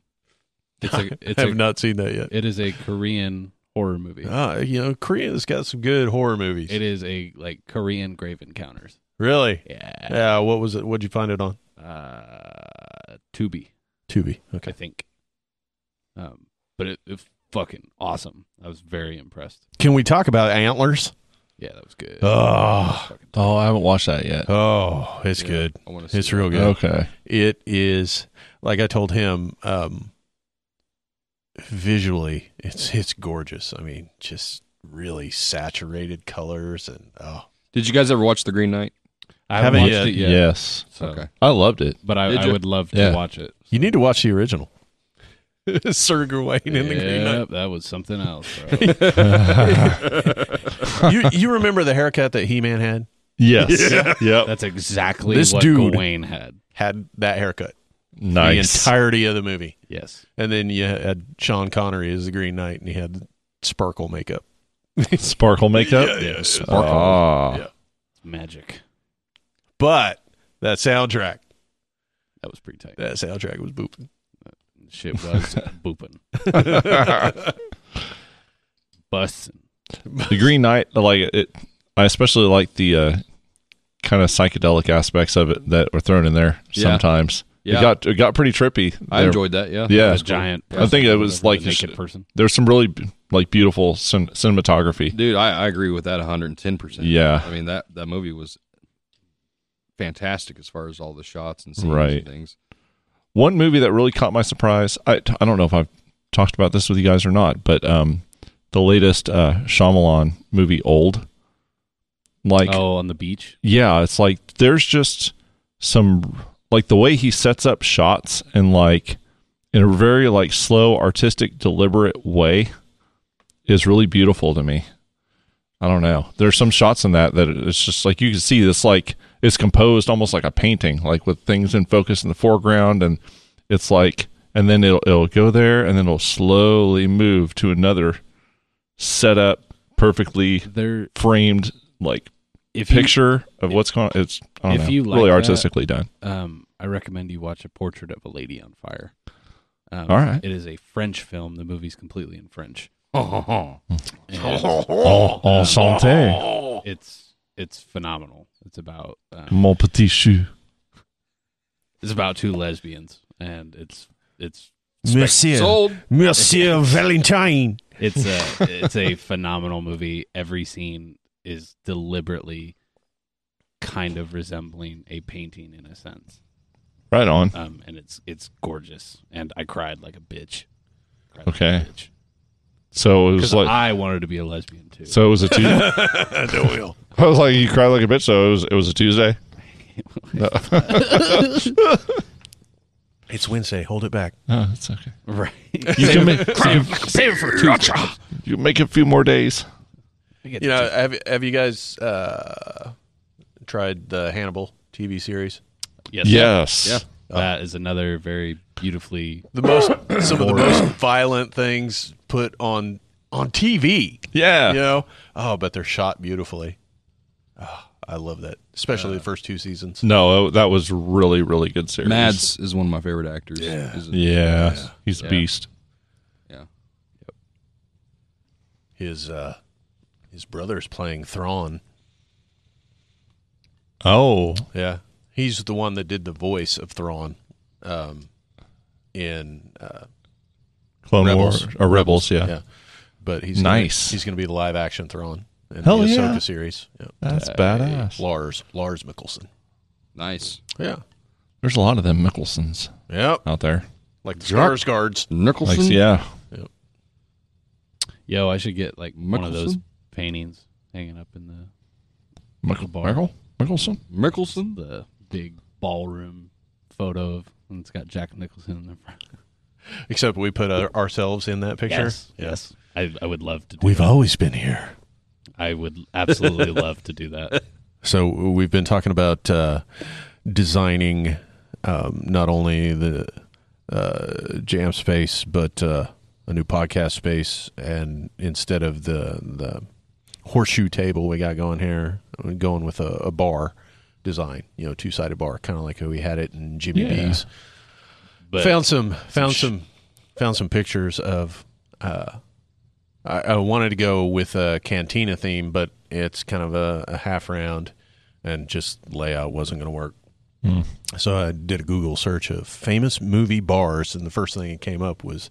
Speaker 4: It's a it's
Speaker 3: I have
Speaker 4: a
Speaker 3: not seen that yet.
Speaker 4: it is a Korean horror movie.
Speaker 3: Ah, you know, Korea's got some good horror movies.
Speaker 4: It is a like Korean grave encounters.
Speaker 3: really?
Speaker 4: Yeah.
Speaker 3: Yeah. What was it? What'd you find it on?
Speaker 4: Uh, Tubi,
Speaker 3: Tubi.
Speaker 4: I think. Um, but it, it fucking awesome. I was very impressed.
Speaker 3: Can we talk about antlers?
Speaker 4: Yeah, that was good.
Speaker 3: Oh,
Speaker 2: Oh, I haven't watched that yet.
Speaker 3: oh, it's
Speaker 1: Yeah,
Speaker 3: good.
Speaker 1: I want to see
Speaker 3: It's
Speaker 1: that.
Speaker 3: real good.
Speaker 2: Okay.
Speaker 3: It is like I told him. Um, visually, it's it's gorgeous. I mean, just really saturated colors and oh,
Speaker 1: Did you guys ever watch The Green Knight?
Speaker 4: I haven't watched
Speaker 3: haven't yet.
Speaker 4: it yet.
Speaker 2: Yes.
Speaker 4: so-
Speaker 1: Okay.
Speaker 2: I loved it.
Speaker 4: But I,
Speaker 1: Did
Speaker 4: I
Speaker 1: you?
Speaker 4: would love to
Speaker 2: Yeah.
Speaker 4: watch it.
Speaker 3: you need to watch the original. Sir Gawain in the Green Knight.
Speaker 4: Yep, that was something else. Bro.
Speaker 3: you you remember the haircut that He Man had?
Speaker 2: Yes. Yep.
Speaker 4: That's exactly
Speaker 3: This
Speaker 4: what
Speaker 3: dude-
Speaker 4: Gawain had.
Speaker 3: Had that haircut
Speaker 2: Nice.
Speaker 3: the entirety of the movie,
Speaker 4: Yes.
Speaker 3: and then you had Sean Connery as the Green Knight, and he had sparkle makeup.
Speaker 2: Sparkle makeup.
Speaker 1: Sparkle.
Speaker 2: Ah.
Speaker 3: Yeah.
Speaker 4: It's magic.
Speaker 3: But that soundtrack,
Speaker 4: That was pretty tight.
Speaker 3: that soundtrack was booping.
Speaker 4: Shit was booping. Busting.
Speaker 2: The Green Knight, like it, I especially like the uh, kind of psychedelic aspects of it that were thrown in there
Speaker 1: Yeah.
Speaker 2: sometimes.
Speaker 1: Yeah.
Speaker 2: It got it got pretty trippy.
Speaker 1: I
Speaker 2: there.
Speaker 1: enjoyed that. Yeah.
Speaker 2: Yeah,
Speaker 4: The giant.
Speaker 2: I think it was
Speaker 4: person,
Speaker 2: like
Speaker 4: the naked
Speaker 2: just-
Speaker 4: person.
Speaker 2: there's some really like beautiful cin- cinematography.
Speaker 1: Dude, I, I agree with that 110%.
Speaker 2: Yeah.
Speaker 1: I mean, that, that movie was fantastic as far as all the shots and scenes
Speaker 2: Right.
Speaker 1: and things.
Speaker 2: One movie that really caught my surprise. I I don't know if I've talked about this with you guys or not, but um, the latest uh, Shyamalan movie, Old. Like
Speaker 4: oh, on the beach.
Speaker 2: yeah, it's like there's just some like the way he sets up shots and like in a very like slow artistic deliberate way is really beautiful to me. I don't know. There's some shots in that that it's just like you can see this like it's composed almost like a painting, like with things in focus in the foreground and it's like and then it'll it'll go there and then it'll slowly move to another set up perfectly
Speaker 4: There,
Speaker 2: framed like
Speaker 4: if you-
Speaker 2: picture of what's going on. It's I don't
Speaker 4: if
Speaker 2: know,
Speaker 4: you like
Speaker 2: really
Speaker 4: that-
Speaker 2: artistically done.
Speaker 4: um, I recommend you watch a portrait of a lady on fire. Um,
Speaker 2: All right.
Speaker 4: It is a French film. The movie's completely in French.
Speaker 2: Oh, en santé,
Speaker 4: It's it's phenomenal. It's about um,
Speaker 2: mon petit chou.
Speaker 4: it's about two lesbians, and it's it's
Speaker 3: Monsieur,
Speaker 1: Sold.
Speaker 3: Monsieur Valentine.
Speaker 4: it's a it's a phenomenal movie. Every scene is deliberately kind of resembling a painting in a sense,
Speaker 2: Right on.
Speaker 4: um, and it's it's gorgeous. And I cried like a bitch. Cried like
Speaker 2: Okay.
Speaker 4: a bitch.
Speaker 2: So it was
Speaker 4: because
Speaker 2: like
Speaker 4: I wanted to be a lesbian too.
Speaker 2: so it was a Tuesday.
Speaker 3: no wheel.
Speaker 2: I was like you cried like a bitch. So it was it was a Tuesday.
Speaker 3: It's Wednesday. Hold it back.
Speaker 2: Oh, it's okay.
Speaker 4: right?
Speaker 2: You can make
Speaker 5: Save it for Tuesday.
Speaker 2: you make a few more days.
Speaker 3: You know, have have you guys uh, tried the Hannibal TV series?
Speaker 4: yes,
Speaker 2: Yes.
Speaker 1: Yeah.
Speaker 4: That is another very beautifully
Speaker 3: The most, some of the most violent things put on on TV.
Speaker 2: Yeah.
Speaker 3: You know? Oh, but they're shot beautifully. Oh, I love that. Especially the first two seasons.
Speaker 2: No, uh, that was really, really good series.
Speaker 1: Mads is one of my favorite actors. Yeah.
Speaker 2: Yeah. He's a
Speaker 1: Yeah.
Speaker 2: beast.
Speaker 1: yeah.
Speaker 3: His uh his brother's playing Thrawn.
Speaker 2: Oh.
Speaker 3: Yeah. He's the one that did the voice of Thrawn um in uh
Speaker 2: Clone
Speaker 3: Rebels.
Speaker 2: Wars. Or Rebels, yeah.
Speaker 3: yeah. But he's
Speaker 2: Nice.
Speaker 3: Gonna, he's going to be the live action Thrawn in
Speaker 2: Hell
Speaker 3: the
Speaker 2: yeah.
Speaker 3: Ahsoka series. Yeah.
Speaker 2: That's badass.
Speaker 3: Lars Lars Mickelson.
Speaker 1: Nice.
Speaker 3: Yeah.
Speaker 2: There's a lot of them Mickelsons
Speaker 3: Yep.
Speaker 2: out there.
Speaker 3: Like the Skarsgårds. guards.
Speaker 2: Like,
Speaker 1: Nicholson.
Speaker 2: yeah.
Speaker 4: Yo, I should get like one of those
Speaker 1: Mickelson?
Speaker 4: paintings hanging up in the
Speaker 2: Michael
Speaker 4: Bar.
Speaker 2: Michael Mickelson.
Speaker 1: Mickelson.
Speaker 4: the big ballroom photo of, and it's got Jack Nicholson in the front.
Speaker 3: Except we put our, ourselves in that picture. Yeah.
Speaker 4: yes. I, I would love to. do
Speaker 3: We've
Speaker 4: that.
Speaker 3: always been here.
Speaker 4: I would absolutely love to do that.
Speaker 3: So we've been talking about uh, designing um, not only the uh, jam space, but uh, a new podcast space, and instead of the the horseshoe table we got going here, I'm going with a, a bar design. You know, two sided bar, kind of like how we had it in Jimmy
Speaker 2: Yeah.
Speaker 3: B's.
Speaker 4: But
Speaker 3: found some found some found some pictures of. Uh, I, I wanted to go with a cantina theme, but it's kind of a, a half round, and just layout wasn't going to work.
Speaker 2: Hmm.
Speaker 3: So I did a Google search of famous movie bars, and the first thing that came up was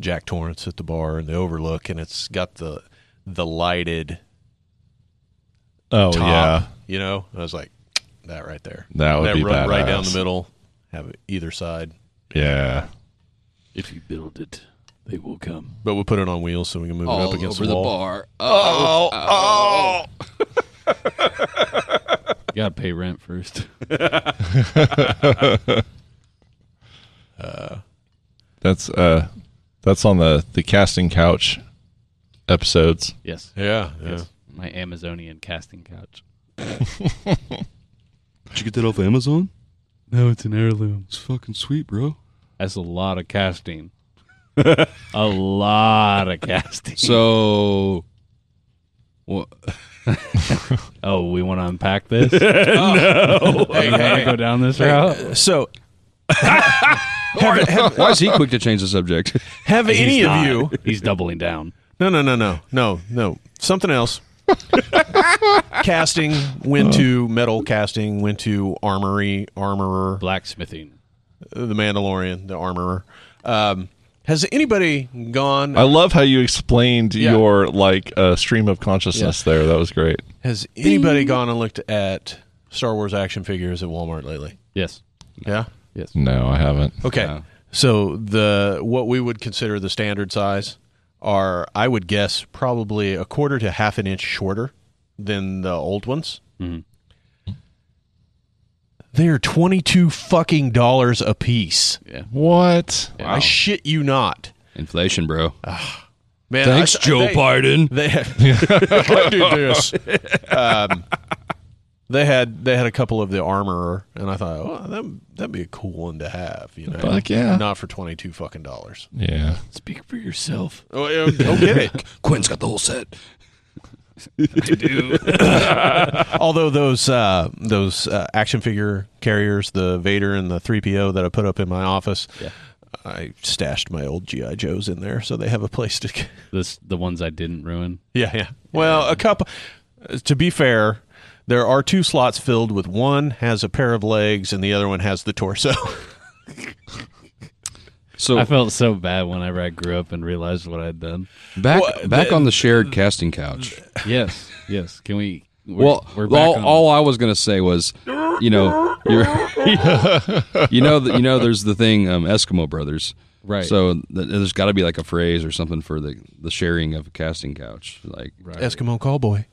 Speaker 3: Jack Torrance at the bar in the Overlook, and it's got the the lighted
Speaker 2: Oh
Speaker 3: top.
Speaker 2: yeah.
Speaker 3: You know, I was like that right there.
Speaker 2: That would
Speaker 3: that
Speaker 2: be
Speaker 3: run right down the
Speaker 2: badass.
Speaker 3: middle, have it either side.
Speaker 2: Yeah.
Speaker 5: If you build it, they will come.
Speaker 3: But we'll put it on wheels so we can move it up
Speaker 1: All
Speaker 3: against
Speaker 1: Oh, over
Speaker 3: the
Speaker 1: the
Speaker 3: wall.
Speaker 1: bar. Oh,
Speaker 4: you gotta pay rent first.
Speaker 2: That's uh that's on the the casting couch episodes.
Speaker 4: yes.
Speaker 3: Yeah, yeah.
Speaker 4: My Amazonian casting couch.
Speaker 1: did you get that off Amazon?
Speaker 4: No, it's an heirloom.
Speaker 1: It's fucking sweet, bro.
Speaker 4: That's a lot of casting. a lot of casting.
Speaker 1: So, what?
Speaker 4: Oh, we want to unpack this. Oh. no, we want to go down this route.
Speaker 3: So,
Speaker 1: Why is he quick to change the subject?
Speaker 3: have any
Speaker 4: He's
Speaker 3: of
Speaker 4: not.
Speaker 3: you?
Speaker 4: He's doubling down.
Speaker 3: No, no, no, no, no, no. Something else. casting went to metal casting. Went to armory armorer.
Speaker 4: Blacksmithing.
Speaker 3: The Mandalorian, the armorer. Um, has anybody gone?
Speaker 2: I love how you explained
Speaker 3: Yeah.
Speaker 2: your like uh, stream of consciousness there. That was great.
Speaker 3: Has anybody gone and looked at Star Wars action figures at Walmart lately?
Speaker 4: Yes.
Speaker 3: Yeah.
Speaker 4: Yes.
Speaker 2: No, I haven't.
Speaker 3: Okay.
Speaker 1: No.
Speaker 3: So the what we would consider the standard size are I would guess probably a quarter to half an inch shorter than the old ones.
Speaker 1: Mm-hmm.
Speaker 4: Mhm.
Speaker 3: They're twenty two fucking dollars a piece.
Speaker 2: What?
Speaker 3: I shit you not,
Speaker 1: Inflation, bro.
Speaker 3: man.
Speaker 1: Thanks,
Speaker 3: I-
Speaker 1: Joe
Speaker 3: they-
Speaker 1: Biden.
Speaker 3: They had, I do this. Um, they had they had a couple of the armorer, and I thought, oh, that that'd be a cool one to have, you know?
Speaker 2: Fuck yeah.
Speaker 3: Not for twenty two fucking dollars.
Speaker 2: Yeah.
Speaker 5: Speak for yourself.
Speaker 3: Oh, yeah, don't get it.
Speaker 1: Quinn's got the whole set.
Speaker 3: Although those uh, those uh, action figure carriers, the Vader and the three PO that I put up in my office, I stashed my old GI Joes in there, so they have a place to.
Speaker 4: This the ones I didn't ruin.
Speaker 3: Yeah, yeah. Well, a couple. To be fair, there are two slots filled with one has a pair of legs and the other one has the torso.
Speaker 1: So
Speaker 4: I felt so bad whenever I grew up and realized what I'd done.
Speaker 1: back
Speaker 3: Well,
Speaker 1: back on the shared casting couch.
Speaker 4: Yes. Yes. Can we? We're,
Speaker 1: well,
Speaker 4: we're back
Speaker 1: all,
Speaker 4: on-
Speaker 1: all I was gonna say was, you know, you're, you know, that you know, there's the thing, um, Eskimo Brothers.
Speaker 4: Right.
Speaker 1: So th- there's got to be like a phrase or something for the, the sharing of a casting couch, like
Speaker 3: Eskimo call boy.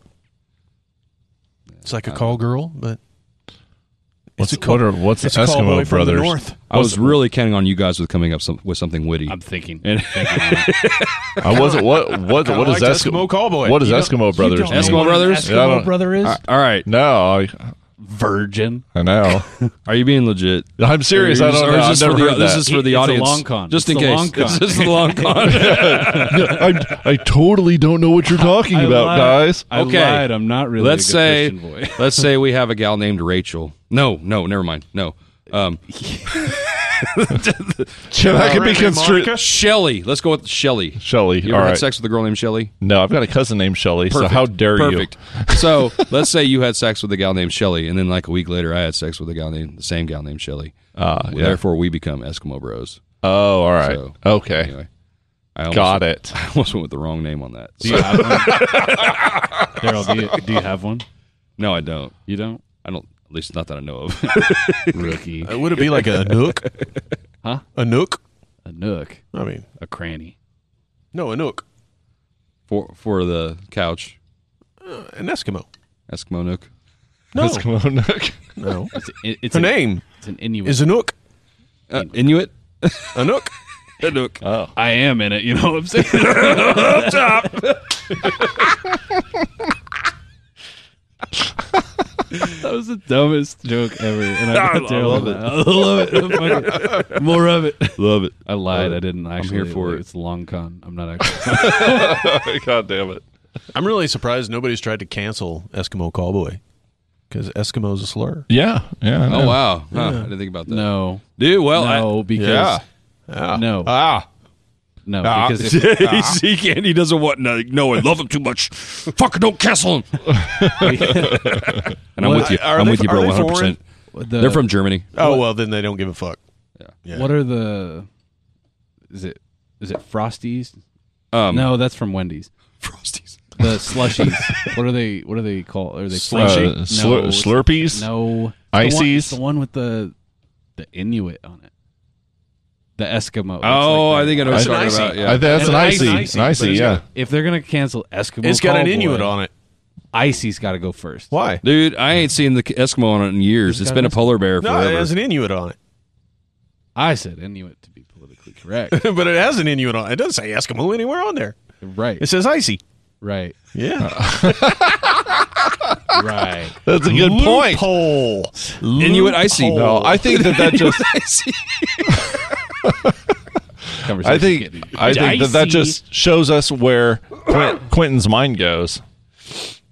Speaker 3: It's like a call girl, but
Speaker 2: What's
Speaker 3: a
Speaker 2: it called? What's
Speaker 3: it's a call boy
Speaker 2: Eskimo
Speaker 3: from the
Speaker 2: Brothers?
Speaker 3: north.
Speaker 1: I was really counting on you guys with coming up some, with something witty.
Speaker 4: I'm thinking.
Speaker 2: I wasn't. What? What?
Speaker 3: Kinda
Speaker 2: What is
Speaker 3: like
Speaker 2: Eskimo
Speaker 3: Eskimo Cowboy.
Speaker 2: What is
Speaker 3: You don't-
Speaker 2: Eskimo Brothers?
Speaker 1: Eskimo
Speaker 2: mean?
Speaker 1: Brothers?
Speaker 2: Yeah, I don't-
Speaker 4: brother is
Speaker 1: All right.
Speaker 2: No, I,
Speaker 4: virgin.
Speaker 2: I know.
Speaker 1: Are you being legit?
Speaker 2: I'm serious.
Speaker 1: Or
Speaker 2: I
Speaker 1: is-
Speaker 2: don't
Speaker 1: or
Speaker 2: know.
Speaker 1: is
Speaker 2: I've
Speaker 1: this for
Speaker 2: never
Speaker 1: the-
Speaker 2: heard
Speaker 1: This
Speaker 2: that.
Speaker 1: is for
Speaker 4: It-
Speaker 1: the
Speaker 4: it's a
Speaker 1: audience.
Speaker 4: long con.
Speaker 1: Just in
Speaker 4: It's a
Speaker 1: case.
Speaker 4: long con.
Speaker 1: This is the long con.
Speaker 2: I, I totally don't know what you're talking
Speaker 4: I
Speaker 2: about,
Speaker 4: lied.
Speaker 2: guys.
Speaker 4: I
Speaker 1: Okay.
Speaker 4: lied. I'm not really.
Speaker 1: let's
Speaker 4: a good
Speaker 1: say
Speaker 4: Christian boy.
Speaker 1: let's say we have a gal named Rachel. No, no, never mind. No. Um
Speaker 2: that could be construed.
Speaker 1: Shelly. Let's go with Shelly.
Speaker 2: Shelly.
Speaker 1: You
Speaker 2: All
Speaker 1: ever had
Speaker 2: right.
Speaker 1: sex with a girl named Shelly?
Speaker 2: No, I've got a cousin named Shelly. So
Speaker 1: Perfect.
Speaker 2: how dare
Speaker 1: Perfect. so let's say you had sex with a gal named Shelly, and then like a week later I had sex with a gal named the same gal named Shelly.
Speaker 2: you? Uh, yeah.
Speaker 1: Therefore we become Eskimo bros.
Speaker 2: Oh, all right.
Speaker 1: So,
Speaker 2: okay.
Speaker 1: Anyway. I almost,
Speaker 2: got it.
Speaker 1: I almost went with the wrong name on that.
Speaker 4: Do you have one? Daryl, do you, do you have one?
Speaker 1: No, I don't.
Speaker 4: You don't?
Speaker 1: I don't at least not that I know of.
Speaker 4: Rookie.
Speaker 3: Uh, Would it be like a nook?
Speaker 4: Huh?
Speaker 3: A nook?
Speaker 4: A nook.
Speaker 3: I mean,
Speaker 4: A cranny.
Speaker 3: no, a nook.
Speaker 1: for for the couch.
Speaker 3: An Eskimo.
Speaker 1: Eskimo Nook.
Speaker 3: No.
Speaker 2: Eskimo Nook.
Speaker 3: No.
Speaker 4: It's, it, it's,
Speaker 3: Her
Speaker 4: an,
Speaker 3: name
Speaker 4: it's an Inuit.
Speaker 3: is a nook.
Speaker 1: Uh, Inuit?
Speaker 3: A nook.
Speaker 1: A Nook.
Speaker 4: I am in it. You know what I'm saying? that was the dumbest joke ever, and I, got Daryl on that. I love it. I love it. More of it.
Speaker 1: Love it.
Speaker 4: I lied. I didn't actually.
Speaker 1: here for it.
Speaker 4: It's a long con. I'm not actually.
Speaker 2: God damn it.
Speaker 3: I'm really surprised nobody's tried to cancel Eskimo Cowboy because Eskimo's a slur.
Speaker 2: Yeah. Yeah. I know. Uh,
Speaker 1: Oh wow! Huh, I didn't think about that.
Speaker 4: no.
Speaker 1: Dude, well,
Speaker 4: No, because
Speaker 2: Yeah.
Speaker 4: no,
Speaker 2: Ah.
Speaker 4: no,
Speaker 2: Ah.
Speaker 4: because if,
Speaker 1: he, can't. He doesn't want no. no I love him too much. Fuck, don't cancel him. and I'm with you.
Speaker 3: Are
Speaker 1: I'm
Speaker 3: they-
Speaker 1: with you,
Speaker 3: are
Speaker 1: bro.
Speaker 3: they
Speaker 1: 100. percent
Speaker 4: the,
Speaker 1: They're from Germany.
Speaker 3: Oh, well, then they don't give a fuck. Yeah.
Speaker 4: What are the? Is it is it Frosties?
Speaker 1: Um,
Speaker 4: No, that's from Wendy's.
Speaker 1: Frosties.
Speaker 4: The slushies. what are they? What are they called? Are they
Speaker 2: Uh,
Speaker 4: slushy?
Speaker 2: slur-
Speaker 4: it's- No. It's
Speaker 2: slurpees.
Speaker 4: the one- it's
Speaker 2: Ices.
Speaker 4: The one, with the the Inuit on it. The Eskimo. It's
Speaker 1: Oh,
Speaker 4: like
Speaker 1: I think I know
Speaker 2: I-
Speaker 1: what you're talking
Speaker 3: Icy.
Speaker 1: about.
Speaker 2: I
Speaker 1: Yeah.
Speaker 2: think that's
Speaker 3: And
Speaker 2: an icy.
Speaker 3: icy.
Speaker 2: An icy.
Speaker 3: But it's
Speaker 2: Yeah.
Speaker 3: got-
Speaker 4: If they're gonna cancel Eskimo,
Speaker 3: It's got an
Speaker 4: Cowboy,
Speaker 3: Inuit on it.
Speaker 4: Icy's got to go first.
Speaker 3: Why?
Speaker 1: Dude, I ain't seen the Eskimo on it in years. It's been a polar bear
Speaker 3: No, it
Speaker 1: forever.
Speaker 3: has an Inuit on it.
Speaker 4: I said Inuit to be politically correct.
Speaker 3: but it has an Inuit on it. It doesn't say Eskimo anywhere on there.
Speaker 4: right.
Speaker 3: It says icy.
Speaker 4: Right.
Speaker 3: Yeah.
Speaker 4: Right.
Speaker 2: That's a good point.
Speaker 3: Loophole.
Speaker 1: Inuit icy.
Speaker 2: No, I think that that just.
Speaker 4: Conversation
Speaker 2: I think I think that that just shows us where Quint, Quentin's mind goes.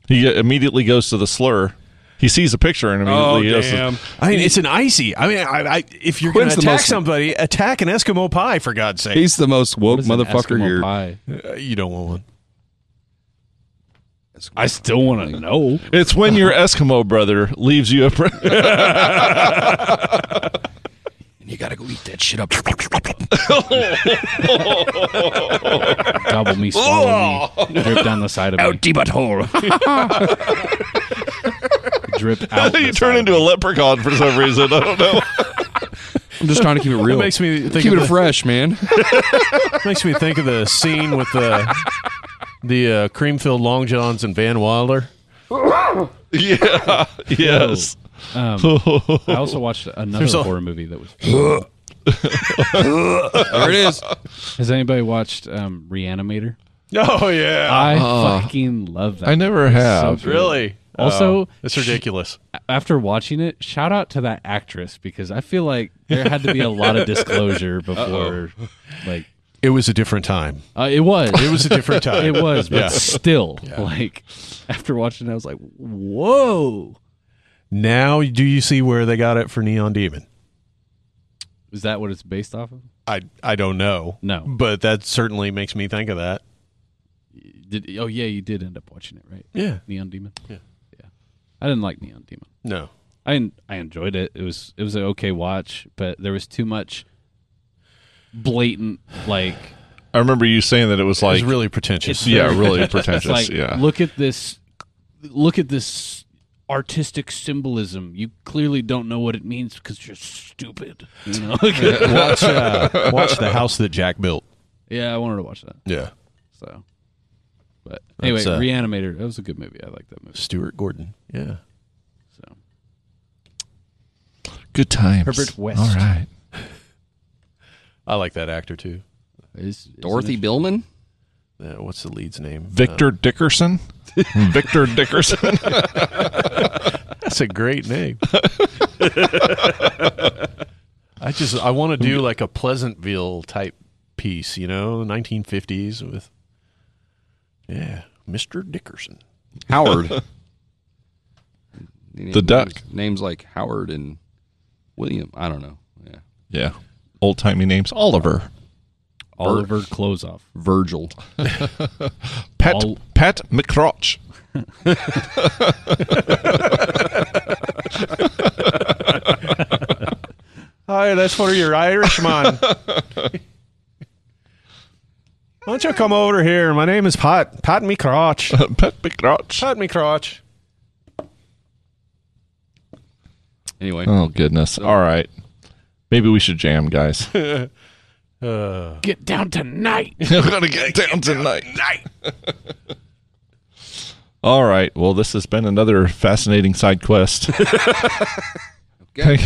Speaker 2: He immediately goes to the slur. He sees a picture and
Speaker 1: Oh
Speaker 2: immediately goes.
Speaker 1: damn!
Speaker 2: To,
Speaker 3: I mean, it's an icy. I mean, I, I, if you're going
Speaker 1: Quinn's
Speaker 3: to
Speaker 1: the
Speaker 3: attack
Speaker 1: most-
Speaker 3: somebody, attack an Eskimo pie for God's sake.
Speaker 1: He's the most woke
Speaker 4: What is an
Speaker 1: motherfucker
Speaker 4: Eskimo
Speaker 1: here.
Speaker 4: pie?
Speaker 3: Uh, you don't want one.
Speaker 4: I still want to know.
Speaker 2: it's when your Eskimo brother leaves you a. Pre-
Speaker 1: You gotta go eat that shit up.
Speaker 4: Gobble me, swallow me, drip down the side of me,
Speaker 5: Deep at hole.
Speaker 4: drip out.
Speaker 2: you
Speaker 4: the
Speaker 2: turn
Speaker 4: side
Speaker 2: into a leprechaun for some reason. I don't know.
Speaker 1: I'm just trying to keep it real.
Speaker 3: makes me think
Speaker 1: keep
Speaker 3: of
Speaker 1: it fresh, man.
Speaker 3: Makes me think of the scene with the the uh, cream-filled long johns and Van Wilder.
Speaker 2: yeah. Yes.
Speaker 4: of me. I also watched another
Speaker 3: There's a-
Speaker 4: horror movie that was.
Speaker 1: there it is.
Speaker 4: Has anybody watched um, Reanimator?
Speaker 3: Oh yeah,
Speaker 4: I fucking love that.
Speaker 2: I never have.
Speaker 4: good.
Speaker 3: really.
Speaker 4: Also,
Speaker 3: Oh, it's ridiculous.
Speaker 4: after watching it, shout out to that actress because I feel like there had to be a lot of disclosure before, like
Speaker 3: It was a different time.
Speaker 4: uh, it was.
Speaker 3: It was a different time.
Speaker 4: It was, but
Speaker 3: Yeah.
Speaker 4: still, like after watching, it, I was like, "Whoa!"
Speaker 3: Now, do you see where they got it for Neon Demon?
Speaker 4: Is that what it's based off of?
Speaker 3: I I don't know.
Speaker 4: No.
Speaker 3: but that certainly makes me think of that.
Speaker 4: Did oh yeah, you did end up watching it, right?
Speaker 3: Yeah.
Speaker 4: Neon Demon. Yeah, yeah. I didn't like Neon Demon.
Speaker 3: No.
Speaker 4: I en- I enjoyed it. It was it was an okay watch, but there was too much blatant like
Speaker 2: I remember you saying that it was like.
Speaker 3: it's really pretentious.
Speaker 2: yeah, really
Speaker 4: it's
Speaker 2: pretentious.
Speaker 4: like
Speaker 2: yeah.
Speaker 4: look at this look at this artistic symbolism. You clearly don't know what it means because you're stupid. You know?
Speaker 3: watch uh, watch the house that Jack built.
Speaker 4: yeah, I wanted to watch that.
Speaker 3: Yeah,
Speaker 4: So, but anyway,
Speaker 3: That's, uh,
Speaker 4: Reanimator. That was a good movie. I like that movie.
Speaker 3: Stuart Gordon. Yeah,
Speaker 4: So
Speaker 2: Good times.
Speaker 4: Herbert West.
Speaker 2: All right.
Speaker 3: I like that actor too.
Speaker 4: Is- is-
Speaker 1: Dorothy Billman.
Speaker 3: Uh, what's the lead's name?
Speaker 2: Hmm. Victor Dickerson. Victor Dickerson.
Speaker 3: That's a great name. I just I want to do like a Pleasantville type piece, you know, 1950s with yeah, Mr. Dickerson.
Speaker 1: Howard. the
Speaker 2: duck.
Speaker 1: Names like Howard and William. I don't know. Yeah.
Speaker 2: Yeah. Old timey names. Oliver.
Speaker 4: Oliver Closeoff.
Speaker 1: Virgil.
Speaker 2: Pat
Speaker 4: Ol-
Speaker 2: Pat McCrotch.
Speaker 3: Hi, that's for your Irishman. Why don't you come over here? My name is Pat. Pat me crotch.
Speaker 2: Pat McCrotch.
Speaker 3: Pat me crotch.
Speaker 1: Anyway,
Speaker 2: Oh goodness. All right. Maybe we should jam, guys.
Speaker 5: Get down tonight.
Speaker 2: We're gonna get down tonight. All right. Well, this has been another fascinating side quest.
Speaker 1: Okay.
Speaker 2: Thank-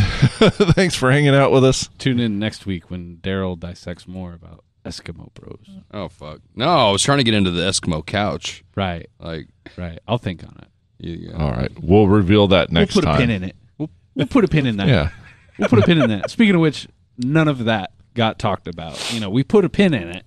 Speaker 2: Thanks for hanging out with us.
Speaker 4: Tune in next week when Daryl dissects more about Eskimo Bros.
Speaker 1: oh fuck. No, I was trying to get into the Eskimo couch.
Speaker 4: Right,
Speaker 1: Like,
Speaker 4: right. I'll think on it.
Speaker 1: yeah.
Speaker 2: All right. We'll reveal that next
Speaker 4: we'll put
Speaker 2: time.
Speaker 4: a pin in it. We'll, we'll put a pin in that.
Speaker 2: Yeah.
Speaker 4: We'll put a pin in that. Speaking of which, none of that got talked about. You know, we put a pin in it,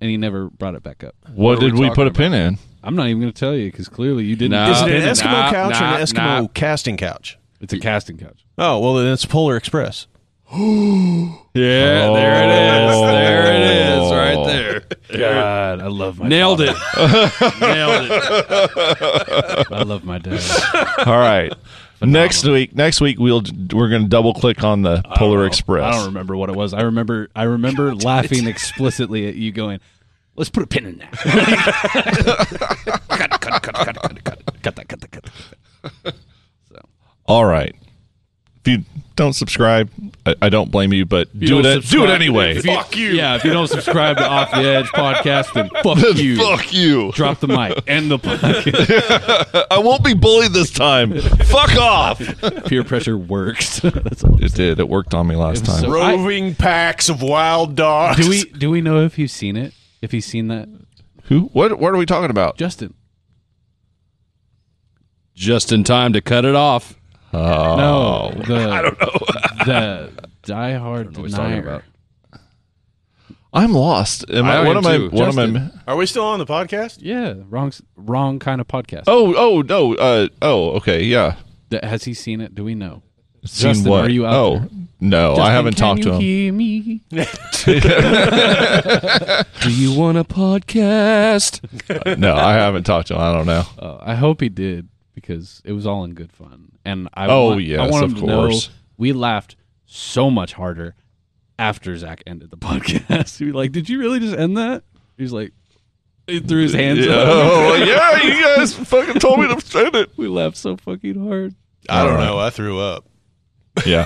Speaker 4: and he never brought it back up.
Speaker 2: What,
Speaker 1: are
Speaker 2: did
Speaker 1: we
Speaker 2: we put a
Speaker 1: talking
Speaker 2: pin in?
Speaker 4: I'm not even going to tell you because clearly you didn't.
Speaker 1: No.
Speaker 3: Is it an
Speaker 1: Uh,
Speaker 3: Eskimo
Speaker 1: nah,
Speaker 3: couch or
Speaker 1: nah,
Speaker 3: an Eskimo
Speaker 1: nah.
Speaker 3: casting couch?
Speaker 4: It's a casting couch.
Speaker 3: Oh, well, then it's Polar Express.
Speaker 1: Yeah,
Speaker 4: Oh.
Speaker 1: there it is. There it is, right there.
Speaker 4: God, I love my
Speaker 1: Nailed it.
Speaker 4: Nailed Oh. it. I love my dad.
Speaker 2: All right. next week, next week we'll we're going to double click on the Polar Express.
Speaker 4: Oh, I don't remember what it was. I remember. I remember laughing explicitly at you going,
Speaker 5: Let's put a pin in that. cut, cut, cut, cut, cut, cut.
Speaker 4: "Cut that, cut that, cut that."
Speaker 2: All right. If you don't subscribe, I, I don't blame you, but do
Speaker 4: don't
Speaker 2: it do it
Speaker 4: subscribe-
Speaker 2: anyway.
Speaker 4: Fuck you. Yeah, if you don't subscribe to Off the Edge podcast, then fuck you.
Speaker 2: Fuck you.
Speaker 4: Drop the mic. End the podcast.
Speaker 2: I won't be bullied this time. Fuck off.
Speaker 4: Peer pressure works. That's all.
Speaker 2: It did. It worked on me last time.
Speaker 4: So I-
Speaker 3: Roving packs of wild dogs.
Speaker 4: do we do we know if he's seen it? If he's seen that,
Speaker 2: Who? What? What are we talking about?
Speaker 4: Justin?
Speaker 1: Just in time to cut it off.
Speaker 2: Oh.
Speaker 4: no, the, I don't know. the Die Hard
Speaker 1: What he's talking
Speaker 4: denier.
Speaker 1: about.
Speaker 2: I'm lost. Am I?
Speaker 1: I
Speaker 2: what
Speaker 1: am
Speaker 2: am I?
Speaker 1: too.
Speaker 2: What am I?
Speaker 4: Justin.
Speaker 3: Are we still on the podcast?
Speaker 4: Yeah, wrong s- wrong kind of podcast.
Speaker 2: Oh, oh no. Uh, oh, okay. Yeah.
Speaker 4: Th- Has he seen it? Do we know?
Speaker 2: Seen
Speaker 4: Justin,
Speaker 2: what?
Speaker 4: are you out
Speaker 2: oh
Speaker 4: there?
Speaker 2: no, I haven't talked to him.
Speaker 1: Do you want a podcast?
Speaker 2: no, I haven't talked to him. I don't know.
Speaker 4: Uh, I hope he did because it was all in good fun, and I
Speaker 2: Oh,
Speaker 4: want,
Speaker 2: yes,
Speaker 4: I want him
Speaker 2: of
Speaker 4: to know
Speaker 2: course.
Speaker 4: we laughed so much harder after Zach ended the podcast. we were like, did you really just end that? He's like, he threw his hands
Speaker 2: Yeah.
Speaker 4: up.
Speaker 2: Oh yeah, you guys fucking told me to send it.
Speaker 4: We laughed so fucking hard.
Speaker 3: I don't
Speaker 2: All right.
Speaker 3: know. I threw up.
Speaker 2: Yeah,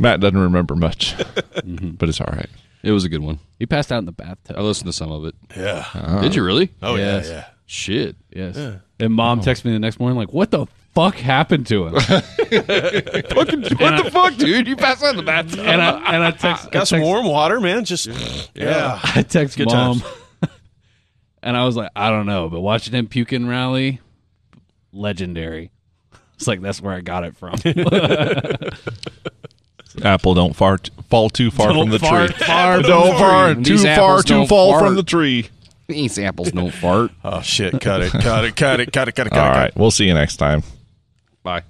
Speaker 2: Matt doesn't remember much, Mm-hmm. but it's all right.
Speaker 1: It was a good one.
Speaker 4: He passed out in the
Speaker 1: I
Speaker 4: bathtub.
Speaker 1: listened to some of it.
Speaker 3: Yeah.
Speaker 1: Did you really?
Speaker 3: Oh,
Speaker 4: Yes.
Speaker 3: yeah, yeah.
Speaker 1: Shit.
Speaker 4: Yes. And
Speaker 2: Oh.
Speaker 4: mom texted me the next morning, like, what the fuck happened to him? Fucking- and, I,
Speaker 1: Fuck, dude, you passed out in the bathroom.
Speaker 4: and I and I text, I
Speaker 3: Got some
Speaker 4: text-
Speaker 3: warm water, man. Just yeah.
Speaker 4: I text
Speaker 3: Good
Speaker 4: mom, and I was like, I don't know, but watching him puking rally, legendary. It's like that's where I got it from.
Speaker 2: Apple don't far t- fall too far
Speaker 4: Don't
Speaker 2: from the
Speaker 4: far-
Speaker 2: tree.
Speaker 4: far
Speaker 2: don't far
Speaker 1: from-
Speaker 2: too
Speaker 1: These
Speaker 2: far
Speaker 1: apples
Speaker 2: too
Speaker 1: don't
Speaker 2: fall
Speaker 1: fart.
Speaker 2: from the tree.
Speaker 1: These apples don't fart.
Speaker 3: Oh shit! Cut it! Cut it! Cut it! Cut it! Cut it! Cut
Speaker 2: All
Speaker 3: it! cut it.
Speaker 2: right, we'll see you next time.
Speaker 1: Bye.